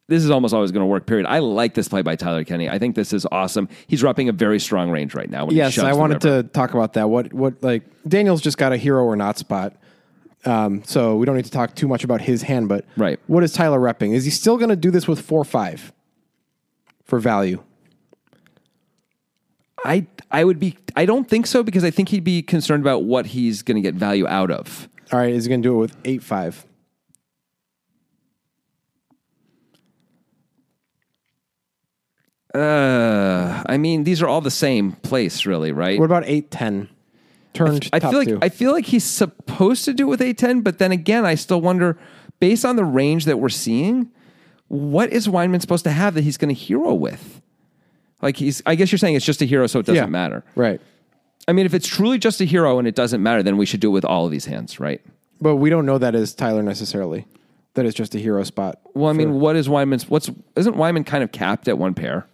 this is almost always going to work. Period. I like this play by Tyler Kenny. I think this is awesome. He's repping a very strong range right now. When he Yes, shoves I the wanted river. to talk about that. What what like Daniel's just got a hero or not spot. Um, so we don't need to talk too much about his hand, but Right. what is Tyler repping? Is he still going to do this with four five for value? I I would be I don't think so because I think he'd be concerned about what he's going to get value out of. All right, is he going to do it with eight five? Uh, I mean, these are all the same place, really, right? What about eight ten? Turned I top feel like two. I feel like he's supposed to do it with A10, but then again, I still wonder, based on the range that we're seeing, what is Weinman supposed to have that he's going to hero with? Like he's, I guess you're saying it's just a hero, so it doesn't Yeah. matter. right, I mean, if it's truly just a hero and it doesn't matter, then we should do it with all of these hands, right? but we don't know that is Tyler necessarily. That is just a hero spot. Well, I mean, what is Weinman's? What's isn't Weinman kind of capped at one pair?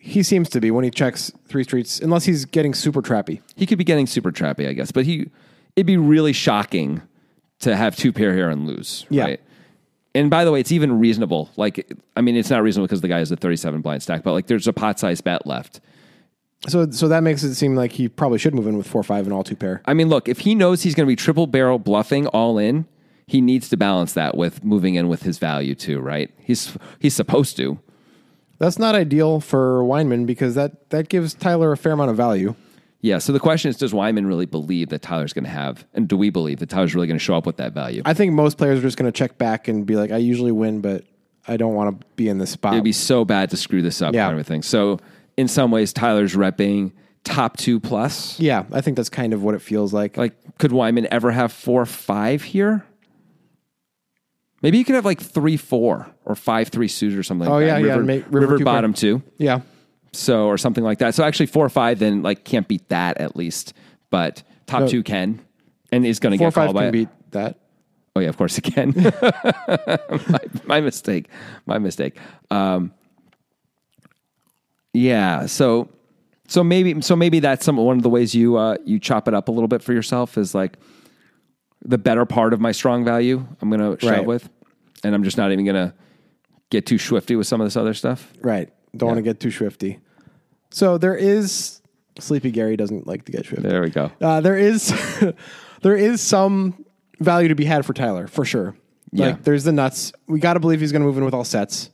He seems to be when he checks three streets, unless he's getting super trappy. he could be getting super trappy, I guess. But he, it'd be really shocking to have two pair here and lose. Yeah. Right? And by the way, it's even reasonable. Like, I mean, it's not reasonable because the guy has a 37 blind stack, but like there's a pot size bet left. So so that makes it seem like he probably should move in with four five and all two pair. I mean, look, if he knows he's going to be triple barrel bluffing all in, he needs to balance that with moving in with his value too, right? He's he's supposed to. That's not ideal for Weinman because that, that gives Tyler a fair amount of value. Yeah. So the question is, does Wyman really believe that Tyler's going to have, and do we believe that Tyler's really going to show up with that value? I think most players are just going to check back and be like, I usually win, but I don't want to be in this spot. it'd be so bad to screw this up Yeah. and everything. So in some ways, Tyler's repping top two plus. yeah, I think that's kind of what it feels like. Like, could Wyman ever have four five here? Maybe you could have like three four or five three suited or something. Oh, like that. yeah, yeah, river, make- river river two bottom two, yeah. so or something like that. So actually four five then like can't beat that at least, but top two can and is going to Four get five called by. can it. beat that. Oh yeah, of course it can. my, my mistake. My mistake. Um, yeah. So so maybe so maybe that's some one of the ways you uh, you chop it up a little bit for yourself is like the better part of my strong value I'm gonna shove Right. with, and I'm just not even gonna get too swifty with some of this other stuff. Right. Don't want to get too swifty. So there is Sleepy Gary doesn't like to get swifty. There we go. Uh, there is there is some value to be had for Tyler for sure. Yeah. Like there's the nuts. We got to believe he's going to move in with all sets.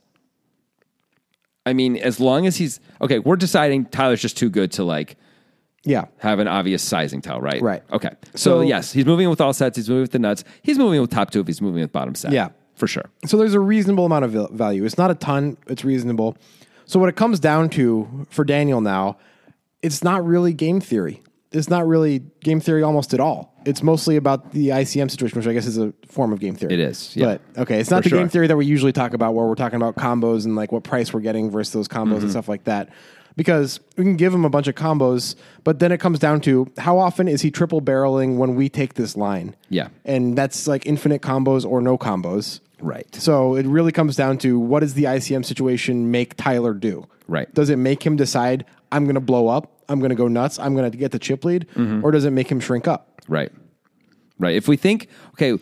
I mean, as long as he's okay, we're deciding Tyler's just too good to like Yeah. have an obvious sizing tell, right? Right. Okay. So, So- yes, he's moving with all sets. He's moving with the nuts. He's moving with top two if he's moving with bottom set. Yeah. for sure. So there's a reasonable amount of vil- value. It's not a ton, it's reasonable. So what it comes down to for Daniel now, it's not really game theory. is not really game theory almost at all. It's mostly about the ICM situation, which I guess is a form of game theory. It is, yeah. But okay, it's not For the sure. game theory that we usually talk about, where we're talking about combos and like what price we're getting versus those combos Mm-hmm. and stuff like that. Because we can give him a bunch of combos, but then it comes down to how often is he triple barreling when we take this line? Yeah. And that's like infinite combos or no combos. Right. So it really comes down to what does the ICM situation make Tyler do? Right. Does it make him decide, I'm going to blow up, I'm going to go nuts, I'm going to get the chip lead? Mm-hmm. Or does it make him shrink up? Right. Right. If we think, okay,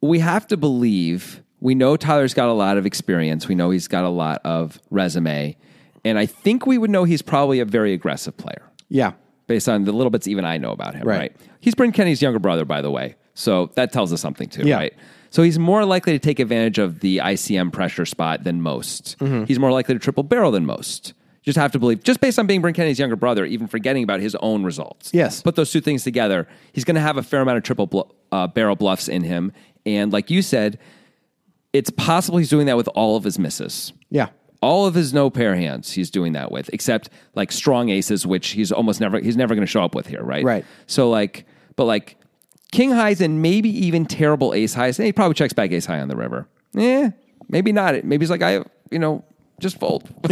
we have to believe, we know Tyler's got a lot of experience. We know he's got a lot of resume. And I think we would know he's probably a very aggressive player Yeah. based on the little bits even I know about him. Right. Right. He's Bryn Kenny's younger brother, by the way. So that tells us something too, Yeah. right? So he's more likely to take advantage of the ICM pressure spot than most. Mm-hmm. He's more likely to triple barrel than most. You Just have to believe, just based on being Bryn Kenny's younger brother, even forgetting about his own results. Yes. Put those two things together. He's going to have a fair amount of triple bl- uh, barrel bluffs in him. And like you said, it's possible he's doing that with all of his misses. Yeah. All of his no pair hands, he's doing that with, except like strong aces, which he's almost never he's never going to show up with here, right? Right. So like, but like king highs and maybe even terrible ace highs. And he probably checks back ace high on the river. Eh, maybe not. Maybe he's like I, you know, just fold.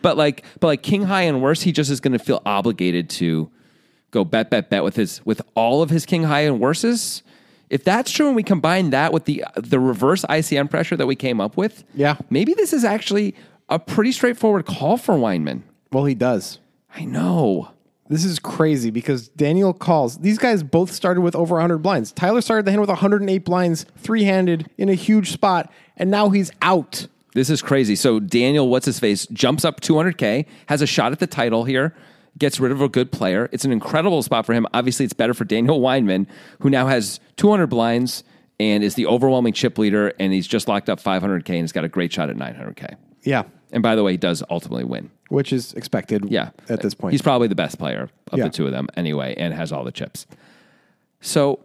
but like, but like king high and worse, he just is going to feel obligated to go bet bet bet with his with all of his king high and worses. If that's true, and we combine that with the the reverse ICM pressure that we came up with, Yeah. maybe this is actually a pretty straightforward call for Weinman. Well, he does. I know. This is crazy because Daniel calls. These guys both started with over 100 blinds. Tyler started the hand with 108 blinds, three handed in a huge spot, and now he's out. This is crazy. So Daniel, what's his face, jumps up 200k, has a shot at the title here, gets rid of a good player. It's an incredible spot for him. Obviously, it's better for Daniel Weinman, who now has 200 blinds and is the overwhelming chip leader, and he's just locked up 500k and he's got a great shot at 900k. Yeah. And by the way, he does ultimately win. Which is expected Yeah. at this point. He's probably the best player of Yeah. the two of them anyway and has all the chips. So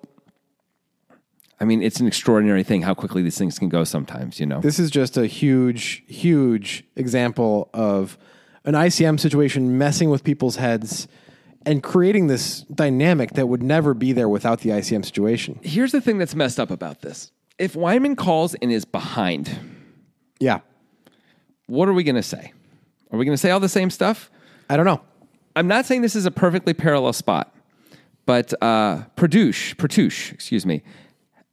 I mean, it's an extraordinary thing how quickly these things can go sometimes, you know. This is just a huge, huge example of an ICM situation messing with people's heads and creating this dynamic that would never be there without the ICM situation. Here's the thing that's messed up about this. If Wyman calls and is behind, Yeah. what are we going to say? Are we going to say all the same stuff? I don't know. I'm not saying this is a perfectly parallel spot, but uh, Perdouche, Pertouche, excuse me,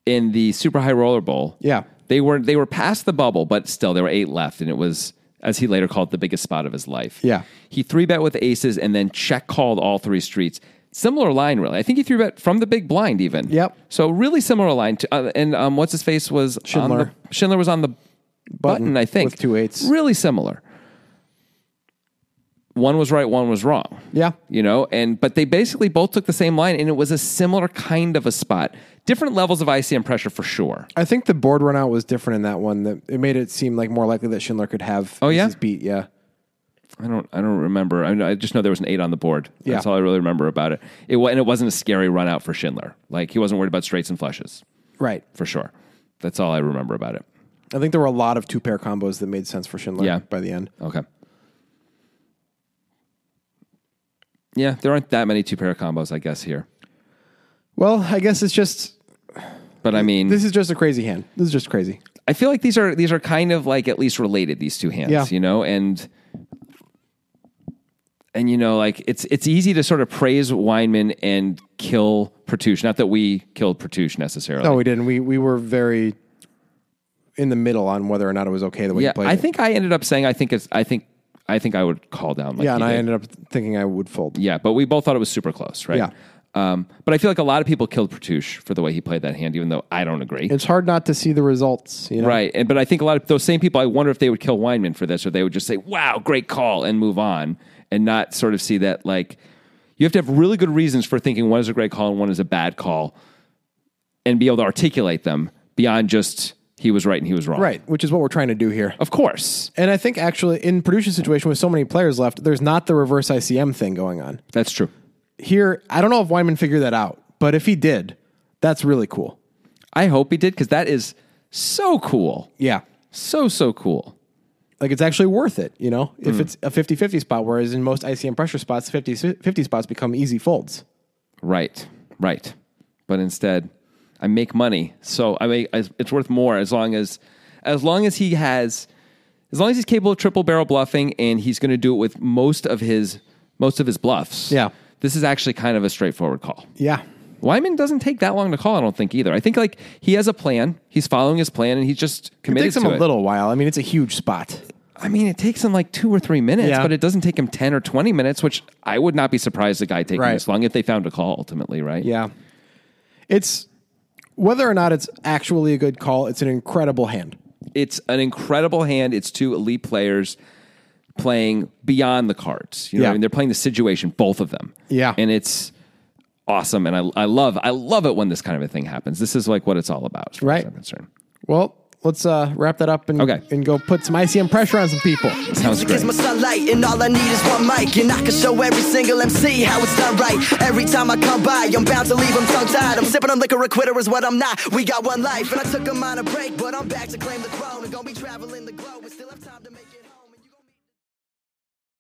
in the Super High Roller Bowl, Yeah. they were they were past the bubble, but still there were eight left, and it was as he later called it, the biggest spot of his life. Yeah. he three bet with aces and then check called all three streets. Similar line, really. I think he three bet from the big blind, even. Yep. So really similar line. To, uh, and um, what's his face was on Schindler. the- Schindler was on the button, I think, with two eights. Really similar. One was right, one was wrong. Yeah. You know, and but they basically both took the same line and it was a similar kind of a spot. Different levels of ICM pressure for sure. I think the board run out was different in that one. That it made it seem like more likely that Schindler could have oh, yeah? beat. Yeah. I don't I don't remember. I, know, I just know there was an 8 on the board. Yeah. That's all I really remember about it. It wa- and it wasn't a scary run out for Schindler. Like he wasn't worried about straights and flushes Right. for sure. That's all I remember about it. I think there were a lot of two pair combos that made sense for Schindler Yeah. by the end. Okay. Yeah, there aren't that many two pair combos, I guess, here. Well, I guess it's just But I mean, this is just a crazy hand. This is just crazy. I feel like these are these are kind of like at least related these two hands, Yeah. you know, and and you know like it's it's easy to sort of praise Weinman and kill Pertouche. Not that we killed Pertouche necessarily. No, we didn't. We we were very in the middle on whether or not it was okay the way yeah, he played. I it. think I ended up saying I think it's I think I think I would call down. Like Yeah, and he I did. ended up thinking I would fold. yeah, but we both thought it was super close, right? Yeah. Um, but I feel like a lot of people killed Pertouche for the way he played that hand, even though I don't agree. It's hard not to see the results, you know. Right. And but I think a lot of those same people, I wonder if they would kill Weinman for this, or they would just say, "Wow, great call," and move on, and not sort of see that like you have to have really good reasons for thinking one is a great call and one is a bad call, and be able to articulate them beyond just he was right and he was wrong. Right, which is what we're trying to do here. Of course, And I think actually in producer's situation with so many players left, there's not the reverse ICM thing going on. that's true. Here, I don't know if Wyman figured that out, but if he did, that's really cool. I hope he did because that is so cool. Yeah. So so cool. Like it's actually worth it, you know, if it's a 50 50 spot, whereas in most ICM pressure spots, 50 50 spots become easy folds. Right, right. But instead, I make money, so I make it's it's worth more as long as as long as he has as long as he's capable of triple barrel bluffing and he's going to do it with most of his most of his bluffs. Yeah. This is actually kind of a straightforward call. Yeah. Wyman doesn't take that long to call, I don't think either. I think like he has a plan, he's following his plan and he's just It committed takes him to a little while. I mean, it's a huge spot. I mean, it takes him like 2 or 3 minutes, Yeah. but it doesn't take him 10 or 20 minutes, which I would not be surprised the guy taking Right. this long if they found a call ultimately, right? Yeah. It's whether or not it's actually a good call, it's an incredible hand. it's an incredible hand. It's two elite players playing beyond the cards. You know, what I Yeah. mean, they're playing the situation, both of them. Yeah. and it's awesome. And I, I love, I love it when this kind of a thing happens. This is like what it's all about, as far as Right. I'm concerned. Well, let's uh, wrap that up and, Okay. and go put some ICM pressure on some people. Sounds Music is great. my sunlight, and all I need is one mic. And I can show every single MC how it's done right. Every time I come by, I'm bound to leave them tongue tied. I'm sipping on liquor, a quitter is what I'm not. We got one life, and I took a minor break, but I'm back to claim the throne. And gonna be traveling the globe, and still have time to.